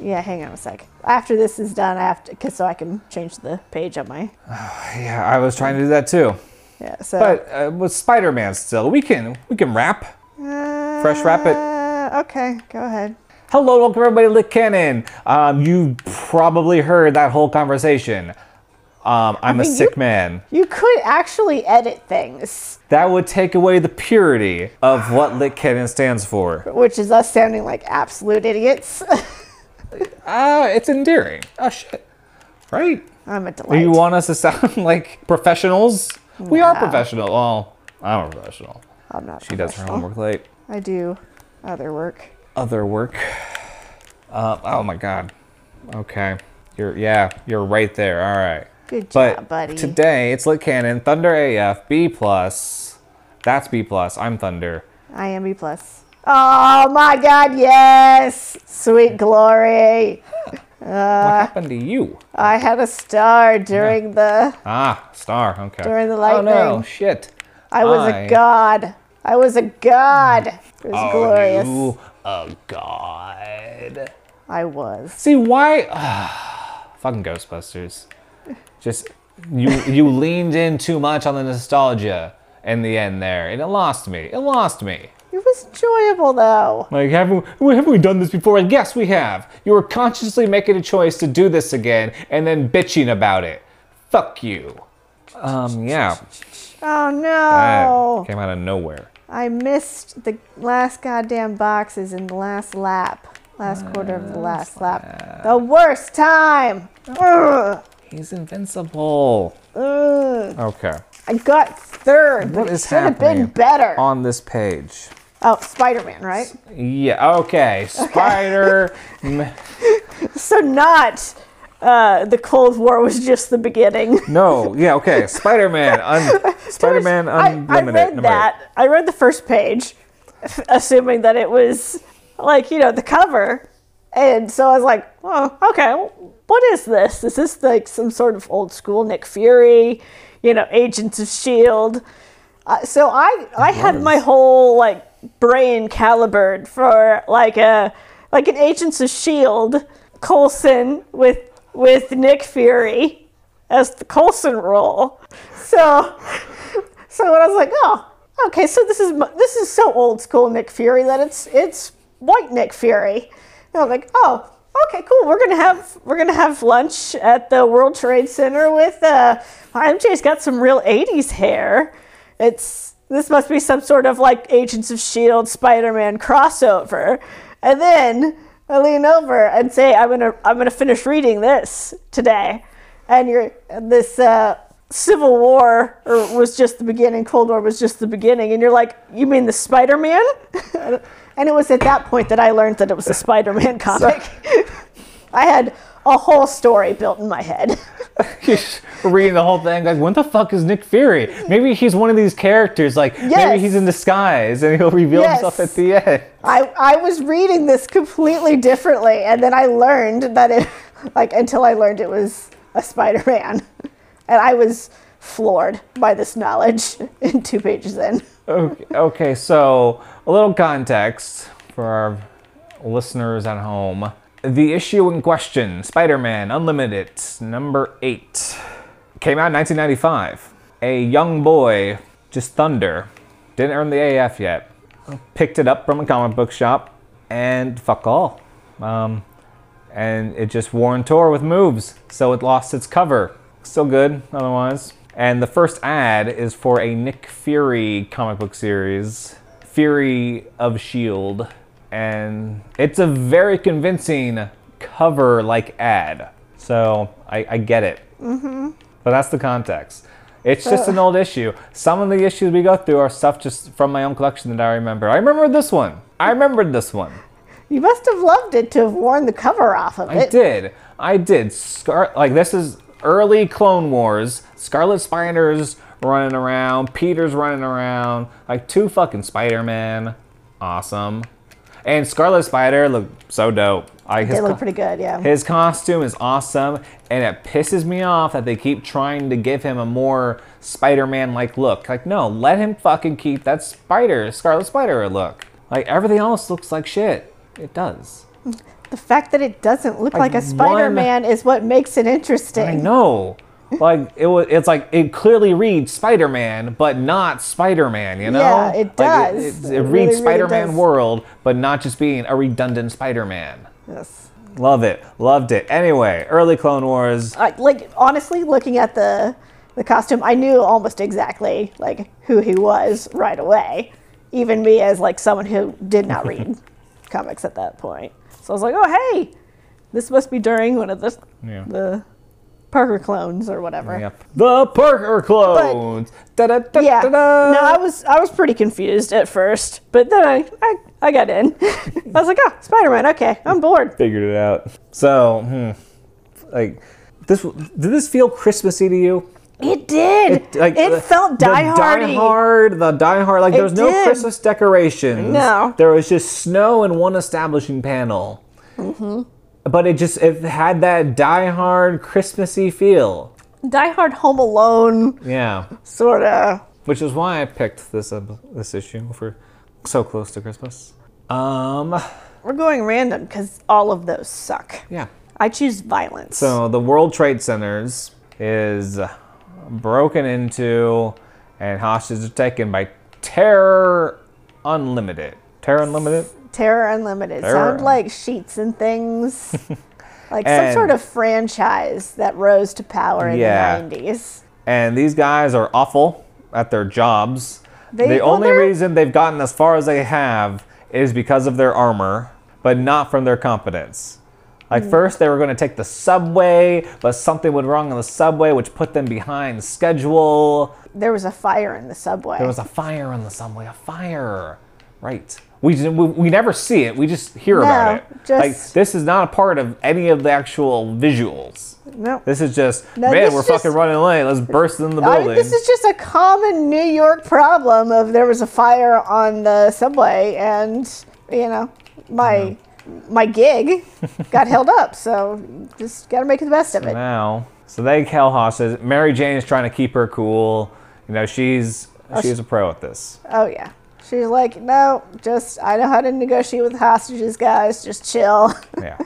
Yeah, hang on a sec. After this is done, I have to, cause so I can change the page on my. Yeah, I was trying to do that too. Yeah, so. But uh, with Spider-Man still, we can we can wrap. fresh wrap it. Uh, okay, go ahead. Hello, welcome everybody to Lick Cannon. Um, you probably heard that whole conversation. Um, I'm a mean, sick you- man. You could actually edit things, That would take away the purity of what Lick Cannon stands for. which is us sounding like absolute idiots. Ah, it's endearing. Oh shit. Right? I'm a delight. Do you want us to sound like professionals? We are No. professional. Well, I'm a professional. I'm not. She does her professional. homework late. I do other work. Other work. Uh, oh my god. Okay. You're yeah, you're right there. All right. Good But job, buddy. today it's Lit Cannon, Thunder AF, B plus. That's B plus. I'm Thunder. I am B plus. Oh my God! Yes, sweet glory. Uh, What happened to you? I had a star during the. Ah, star. Okay. during the Oh no, lightning. shit. I was I- a god. I was a god. It was glorious. Oh, You a god. I was. See why? fucking Ghostbusters. Just you you leaned in too much on the nostalgia in the end there, and it lost me. It lost me. It was enjoyable though. Like haven't we, haven't we done this before? And yes, we have. You were consciously making a choice to do this again, and then bitching about it. Fuck you. Um yeah. Oh That no. came out of nowhere. I missed the last goddamn boxes in the last lap. Last Ah, quarter of the last lap. The worst time. Ugh. He's invincible. Ugh. Okay. I got third. What but is it should have happening Uh, been better. on this page? oh, Spider-Man, right? Yeah. Okay. Spider. So not uh, the Cold War was just the beginning. No, yeah, okay. Spider Man, un- Spider Man I- Unlimited. I, read number that. I read the first page, assuming that it was like you know the cover, and so I was like, oh, okay, what is this? Is this like some sort of old school Nick Fury, you know, Agents of Shield? E Uh, so I I had my whole like brain calibered for like a like an Agents of Shield Colson with with Nick Fury as the Colson role. So so when I was like, oh, okay, so this is mu- this is so old school Nick Fury that it's it's white Nick Fury. And I was like, oh, okay, cool. We're gonna have we're gonna have lunch at the World Trade Center with uh, MJ's got some real '80s hair. It's this must be some sort of like Agents of Shield E Spider-Man crossover. And then I lean over and say, I'm gonna I'm gonna finish reading this today and you're and this uh, Civil War or was just the beginning, Cold War was just the beginning, and you're like, you mean the Spider Man? and it was at that point that I learned that it was a Spider Man comic. I had a whole story built in my head. two. Reading the whole thing, like, what the fuck is Nick Fury? Maybe he's one of these characters, like, Yes. maybe he's in disguise and he'll reveal himself Yes. at the end. I, I was reading this completely differently, and then I learned that it, like, until I learned it was a Spider Man. And I was floored by this knowledge in two pages in. Okay, okay, so a little context for our listeners at home. The issue in question Spider Man Unlimited, number eight, came out in 1995. A young boy, just Thunder, didn't earn the AF yet, picked it up from a comic book shop, and fuck all. Um, and it just wore and tore with moves, so it lost its cover. Still good, otherwise. And the first ad is for a Nick Fury comic book series, Fury of S.H.I.E.L.D., E and it's a very convincing cover like ad. So I, I get it. Mm-hmm. But that's the context. It's just an old issue. Some of the issues we go through are stuff just from my own collection that I remember. I remember this one. I remembered this one. You must have loved it to have worn the cover off of I it. did. I did. Scar- like this is early Clone Wars. Scarlet Spider's running around. Peter's running around. Like two fucking Spider Man. Awesome. And Scarlet Spider looked so dope. I They look pretty good, yeah. his costume is awesome, and it pisses me off that they keep trying to give him a more Spider-Man like look. Like, no, let him fucking keep that Spider, Scarlet Spider look. Like everything else looks like shit. It does. The fact that it doesn't look Like like, a one- Spider-Man is what makes it interesting. I know. Like it was, it's like it clearly reads Spider-Man, but not Spider-Man. You know, Yeah, it Like, does. it, it It really, reads really Spider-Man does. World, but not just being a redundant Spider-Man. Yes. Love it, loved it. Anyway, early Clone Wars. I, like honestly, looking at the the costume, I knew almost exactly like who he was right away. Even me, as like someone who did not read comics at that point, so I was like, "Oh, hey, this must be during one of the Yeah. the Parker clones or whatever." Yep. The Parker clones. Da-da-da-da-da. Yeah. No, I was I was pretty confused at first, but then I I, I got in. I was like, "Oh, Spider Man. Okay, I'm bored." figured it out. So, hmm, like, this did this feel Christmassy to you? It did. It, Like, the- felt the die Die Hard, the Die Hard. Like, there was no did. Christmas decorations. No. there was just snow and one establishing panel. Mm-hmm. But it just it had that Die Hard Christmassy feel. Die Hard, Home Alone, Yeah, sort of. which is why I picked this uh, this issue for so close to Christmas. Um, We're going random because all of those suck. yeah. I choose violence. So the World Trade Centers is broken into, and hostages are taken by Terror Unlimited. Terror Unlimited. Terror Unlimited Terror. sound like sheets and things, like some And- sort of franchise that rose to power in Yeah. the '90s. and these guys are awful at their jobs. They- the well, only they're- reason they've gotten as far as they have is because of their armor, but not from their competence. Hmm. Like first they were going to take the subway, but something went wrong on the subway, which put them behind schedule. There was a fire in the subway. There was a fire on the subway. A fire, right? We, just, we we never see it. We just hear about No, it. like just- this is not a part of any of the actual visuals. no. This is just No, man, this we're just- fucking running late. Let's burst in the I building. mean, this is just a common New York problem of there was a fire on the subway and you know my my gig got held up so just got to make the best of it. now. So they kill hostage. Mary Jane is trying to keep her cool. You know, she's she's a pro at this. Oh yeah. She's like, no, just I know how to negotiate with hostages, guys. Just chill. Yeah.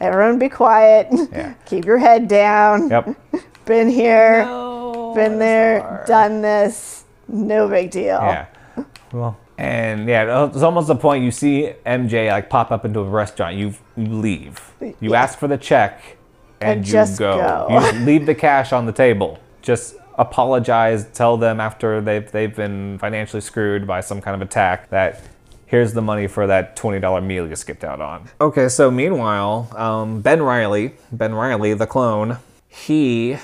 Everyone be quiet. Yeah. Keep your head down. Yep. Been here, No, been there, done this. No big deal. Yeah. Well, and yeah, uh, it's almost the point you see MJ like pop up into a restaurant. You you leave. You Yeah. ask for the check, and, And you just go. go. You just leave the cash on the table. Just apologize. Tell them after they've they've been financially screwed by some kind of attack that here's the money for that twenty dollar meal you skipped out on. Okay. So meanwhile, um, Ben Riley, Ben Riley, the clone, he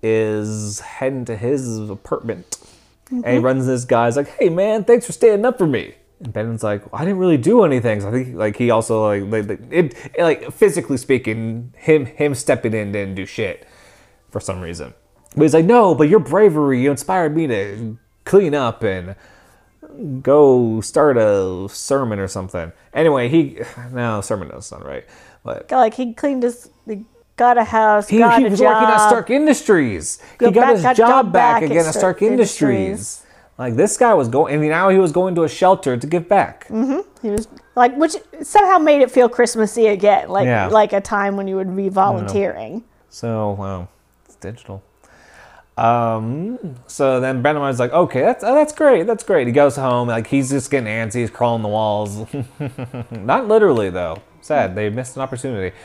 is heading to his apartment. And he runs into this guy's like, "Hey man, thanks for standing up for me." And Ben's like, "I didn't really do anything." So I think like he also like, like like, it, it, like physically speaking, him him stepping in didn't do shit for some reason. But he's like, "No, but your bravery you inspired me to clean up and go start a sermon or something." Anyway, he no sermon doesn't sound right, but Like he cleaned his, he got a house, he, got he a was job. working at Stark Industries. Go he got back- his got job back, back at again at Stark Stark Industries. Industries. Like this guy was going, and now he was going to a shelter to give back. Mm-hmm. He was like, which somehow made it feel Christmassy again, like Yeah. like a time when you would be volunteering. So wow, it's digital. Um, so then Brendan was like, okay, that's oh, that's great, that's great. He goes home, like he's just getting antsy, he's crawling the walls. Not literally though. Sad, they missed an opportunity.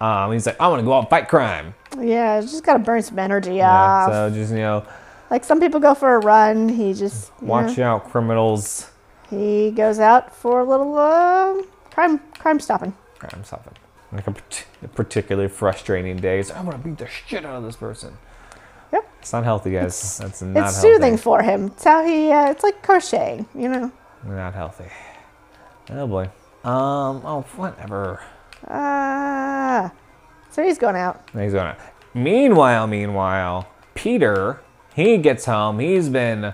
Um, he's like, I want to go out and fight crime. Yeah, it's just gotta burn some energy Yeah, off. so just you know, Like some people go for a run. He just you know, watch out, criminals. he goes out for a little uh, crime crime stopping. I'm stopping. Like a part- a particularly frustrating day. It's, I'm gonna beat the shit out of this person. Yep. It's not healthy, guys. That's not it's healthy. soothing for him. It's how he. Uh, it's like crocheting, you know. Not healthy. Oh boy. Um. Oh, whatever. Ah, so he's going out. He's gonna. Meanwhile, meanwhile, Peter, he gets home. He's been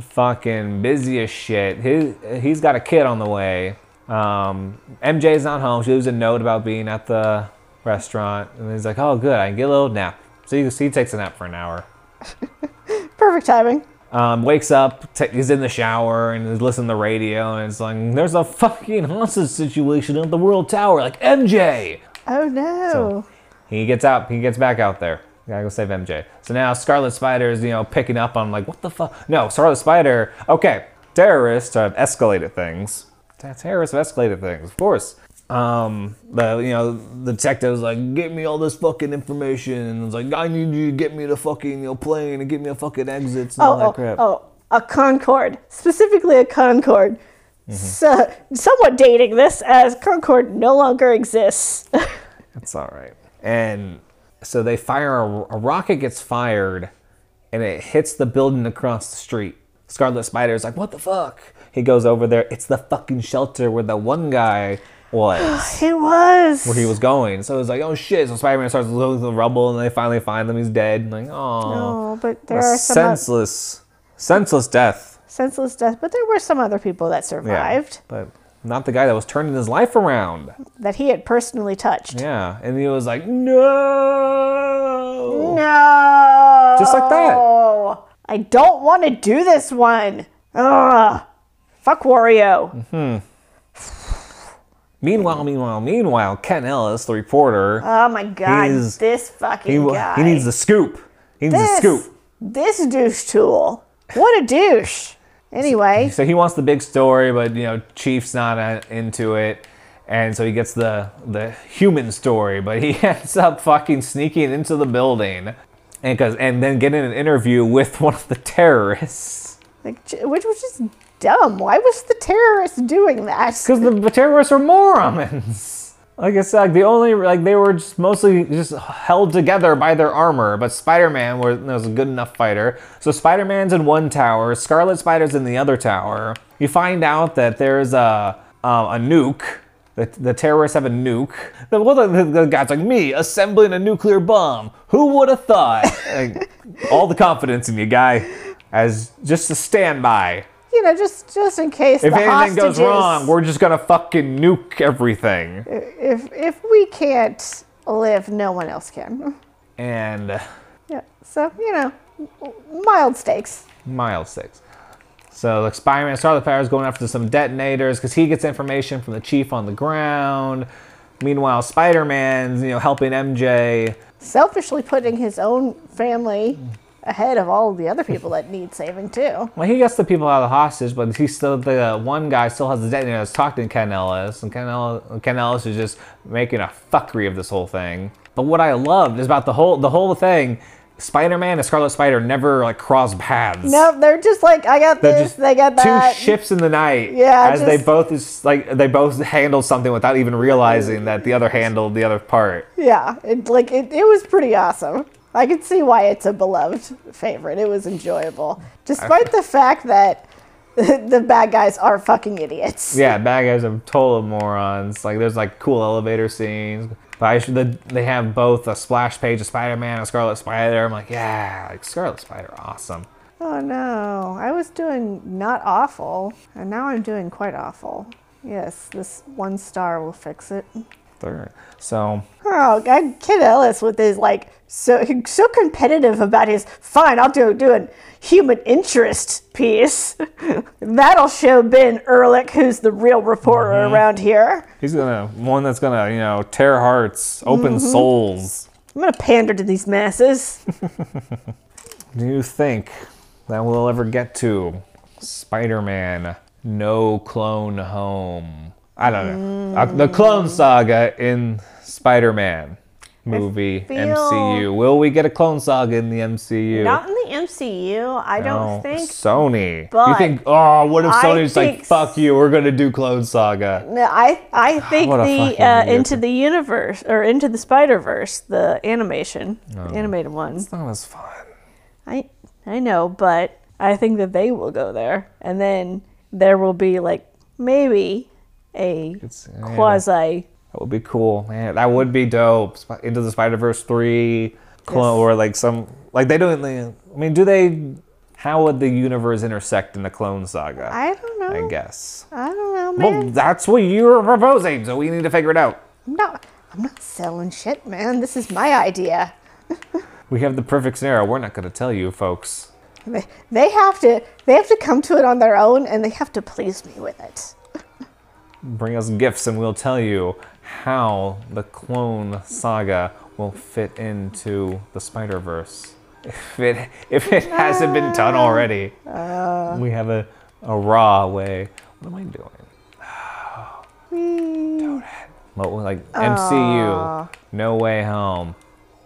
fucking busy as shit. He he's got a kid on the way. Um, MJ's not home. She leaves a note about being at the restaurant, and he's like, "Oh, good. I can get a little nap." So he, he takes a nap for an hour. Perfect timing. Um, wakes up, t- he's in the shower and he's listening to the radio, and it's like, there's a fucking hostage situation at the World Tower, like MJ. Oh no. He gets out. He gets back out there. Gotta go save MJ. So now Scarlet Spider is, you know, picking up on like, what the fuck? No, Scarlet Spider. Okay, terrorists have escalated things. Ter- Terrorists have escalated things, of course. Um, the you know the detective's like, get me all this fucking information, and it's like, I need you to get me the fucking you know plane and get me a fucking exit and all that oh, oh, crap. oh, a Concorde. Specifically a Concorde. Mm-hmm. So, somewhat dating this as Concorde no longer exists. It's all right. And so they fire a, a rocket gets fired, and it hits the building across the street. Scarlet Spider's like, "What the fuck?" He goes over there. It's the fucking shelter where the one guy was, it was. where he was going. So it's like, "Oh shit!" So Spider-Man starts looking through the rubble, and they finally find him. He's dead. And like, oh, oh, but there are some oth- senseless, senseless death. senseless death. But there were some other people that survived but not the guy that was turning his life around. that he had personally touched. Yeah, and he was like, "No." No. Just like that. I don't want to do this one. Ugh. Fuck Mm-hmm. Wario. Meanwhile, meanwhile, meanwhile, Ken Ellis, the reporter, Oh my god, He's- this fucking he, wa- guy. he needs the scoop. He needs this, the scoop. This douche tool. What a douche. Anyway, So he wants the big story, but you know, Chief's not uh, into it, and so he gets the the human story. But he ends up fucking sneaking into the building, and cause, and then getting an interview with one of the terrorists like, j- which was just dumb. Why was the terrorist doing that? because the terrorists are morons. Like I said, like the only like they were just mostly just held together by their armor, but Spider-Man was, was a good enough fighter. So Spider-Man's in one tower, Scarlet Spider's in the other tower. You find out that there's a um, a nuke. The, the terrorists have a nuke. The, well, the, the, the guy's like me assembling a nuclear bomb. Who would have thought? Like, all the confidence in you, guy, as just a standby. You know, just just in case If the anything goes hostages, wrong, we're just gonna fucking nuke everything. if if we can't live, no one else can. And Yeah. So you know, mild stakes. mile six. So like Spider-Man, Scarlet Power is going after some detonators because he gets information from the chief on the ground. Meanwhile, Spider-Man's you know helping MJ. selfishly putting his own family ahead of all the other people that need saving too. Well, he gets the people out of the hostage, but he's still the one guy still has the detonator that's talking to Ken Ellis, and Ken Ellis, Ken Ellis is just making a fuckery of this whole thing. But what I loved is about the whole the whole thing. Spider-Man and Scarlet Spider never like cross paths. No, they're just like, I got They're this, they got that. Two ships in the night. Yeah, As they just- both is like they both handled something without even realizing that the other handled the other part. yeah, it, like it, it was pretty awesome. I can see why it's a beloved favorite. It was enjoyable, despite the fact that the bad guys are fucking idiots. Yeah, bad guys are total morons. Like there's like cool elevator scenes. But I should, the, they have both a splash page of Spider-Man and Scarlet Spider. I'm like, yeah, like Scarlet Spider, awesome. Oh no, I was doing not awful, and now I'm doing quite awful. Yes, this one star will fix it. Third. So Oh, God, Kid Ellis with his like so he's so competitive about his fine. I'll do do an human interest piece. That'll show Ben Ehrlich, who's the real reporter Mm-hmm. around here. he's gonna one that's gonna you know tear hearts, open Mm-hmm. souls. I'm gonna pander to these masses. Do you think that we'll ever get to Spider-Man No Clone Home? I don't know. Uh, Mm. the Clone Saga in Spider-Man movie feel- MCU. Will we get a Clone Saga in the MCU? Not in the MCU, I don't think. Oh, Sony. you but think? Oh, what if I Sony's like, think "Fuck you, we're gonna do Clone Saga." No, I I think What a the fucking uh, idiot. into the universe or into the Spider Verse, the animation, the animated one. That was fun. I I know, but I think that they will go there, and then there will be like maybe a It's- yeah. quasi. That would be cool, man. That would be dope. Sp- Into the Spider Verse three, clone Yes. or like some like they don't. they- I mean, do they? How would the universe intersect in the Clone Saga? I don't I know. guess. I don't know, man. Well, that's what you're proposing, so we need to figure it out. I'm not. I'm not selling shit, man. This is my idea. We have the perfect scenario. We're not going to tell you, folks. They, they have to they have to come to it on their own and they have to please me with it. Bring us gifts and we'll tell you how the clone saga will fit into the Spider Verse. If it, if it hasn't Ah. been done already, we have a, a raw way. What am I doing? What was like Ah. MCU? No way home.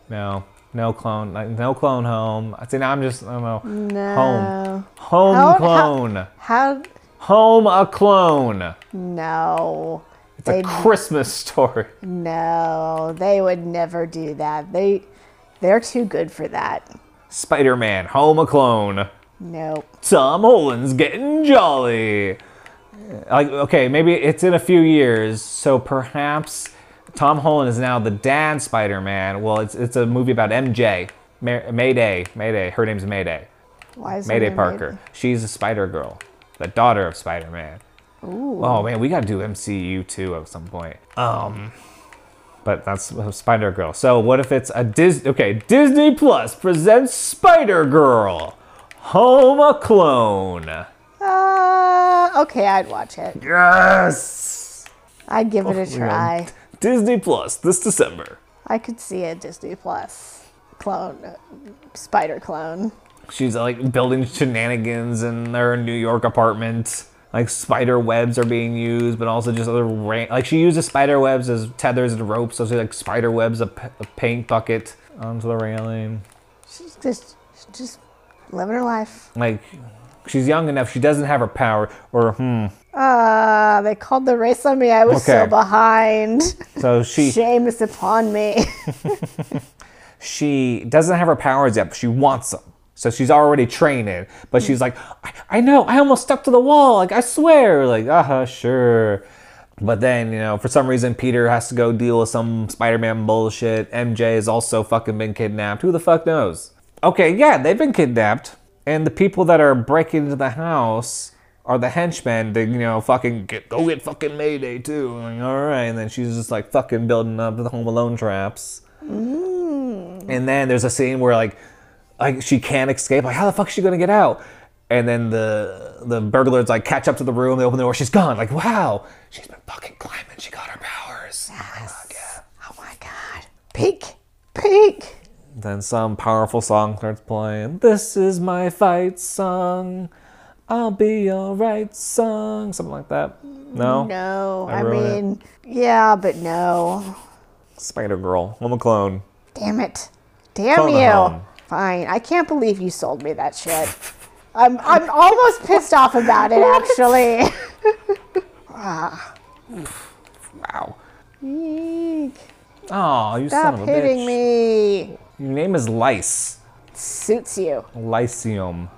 No, no clone. Like, no clone home. I see now. I'm just I don't know. Home. Home How- how- clone. How home a clone. no. It's a Christmas story. No, they would never do that. They they're too good for that. Spider-Man, home a clone. Nope. Tom Holland's getting jolly. Like, okay, maybe it's in a few years, so perhaps Tom Holland is now the dad Spider-Man. Well, it's it's a movie about MJ, May- Mayday, Mayday. Her name's Mayday, Why is her Mayday name Parker. She's a Spider Girl, the daughter of Spider-Man. Ooh. Oh man, we gotta do MCU too at some point. Um, but that's Spider Girl. So what if it's a Disney? Okay, Disney Plus presents Spider Girl, Home a Clone. Uh, okay, I'd watch it. Yes. I'd give it a man. try. Disney Plus this December. I could see a Disney Plus clone, uh, spider clone. She's like building shenanigans in her New York apartment. Like spider webs are being used, but also just other ran- like she uses spider webs as tethers and ropes. So she like spider webs a, p- a paint bucket onto the railing. She's just, she's just living her life. Like she's young enough, she doesn't have her power. Or hmm. Uh, they called the race on me. I was so Okay. behind. So she Shame is upon me. she doesn't have her powers yet, but she wants them. So she's already training, but she's like, I, I know, I almost stuck to the wall, like I swear, like uh huh, sure. But then you know, for some reason, Peter has to go deal with some Spider-Man bullshit. MJ has also fucking been kidnapped. Who the fuck knows? Okay, yeah, they've been kidnapped, and the people that are breaking into the house are the henchmen. They you know fucking get, go get fucking Mayday too. Like, all right, and then she's just like fucking building up the Home Alone traps. And then there's a scene where like like she can't escape. Like how the fuck is she gonna get out? And then the the burglars like catch up to the room. They open the door. She's gone. Like wow, she's been fucking climbing. She got her powers. oh my god. Peek, peek. Then some powerful song starts playing. This is my fight song. I'll be alright song. Something like that. No. Mm, No, I, ruin Oh, it. mean, yeah, but no. Spider Girl. I'm a clone. Damn it. Damn Phone you. home. Fine. I can't believe you sold me that shit. I'm, I'm almost pissed off about it, actually. Wow. Eek. Oh, you Stop son of a hitting bitch. me. Your name is Lice. Suits you. Lyceum.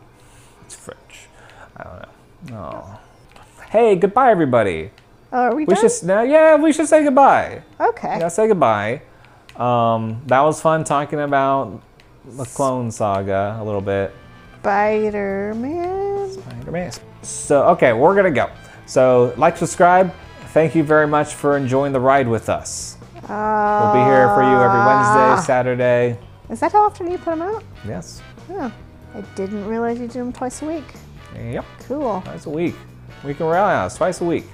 It's French. I don't know. Oh. Hey, goodbye, everybody. Oh, are we, We done? should now, yeah, we should say goodbye. okay. Yeah, say goodbye. Um, that was fun talking about the Clone Saga a little bit. Spider Man. Spider-Man. So, okay, we're gonna go. So, like, subscribe. Thank you very much for enjoying the ride with us. We'll be here for you every Wednesday, Saturday. Is that how often you put them out? Yes. Oh, I didn't realize you do them twice a week. Yep. Cool. Twice a week. Week in Roundhouse, twice a week.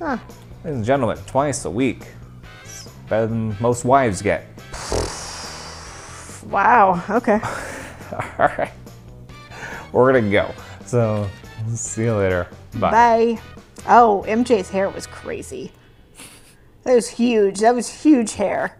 Huh. Ladies and gentlemen, twice a week. It's better than most wives get. Wow. Okay. Alright. We're gonna go. So see you later. Bye. Bye. Oh, MJ's hair was crazy. That was huge. That was huge hair.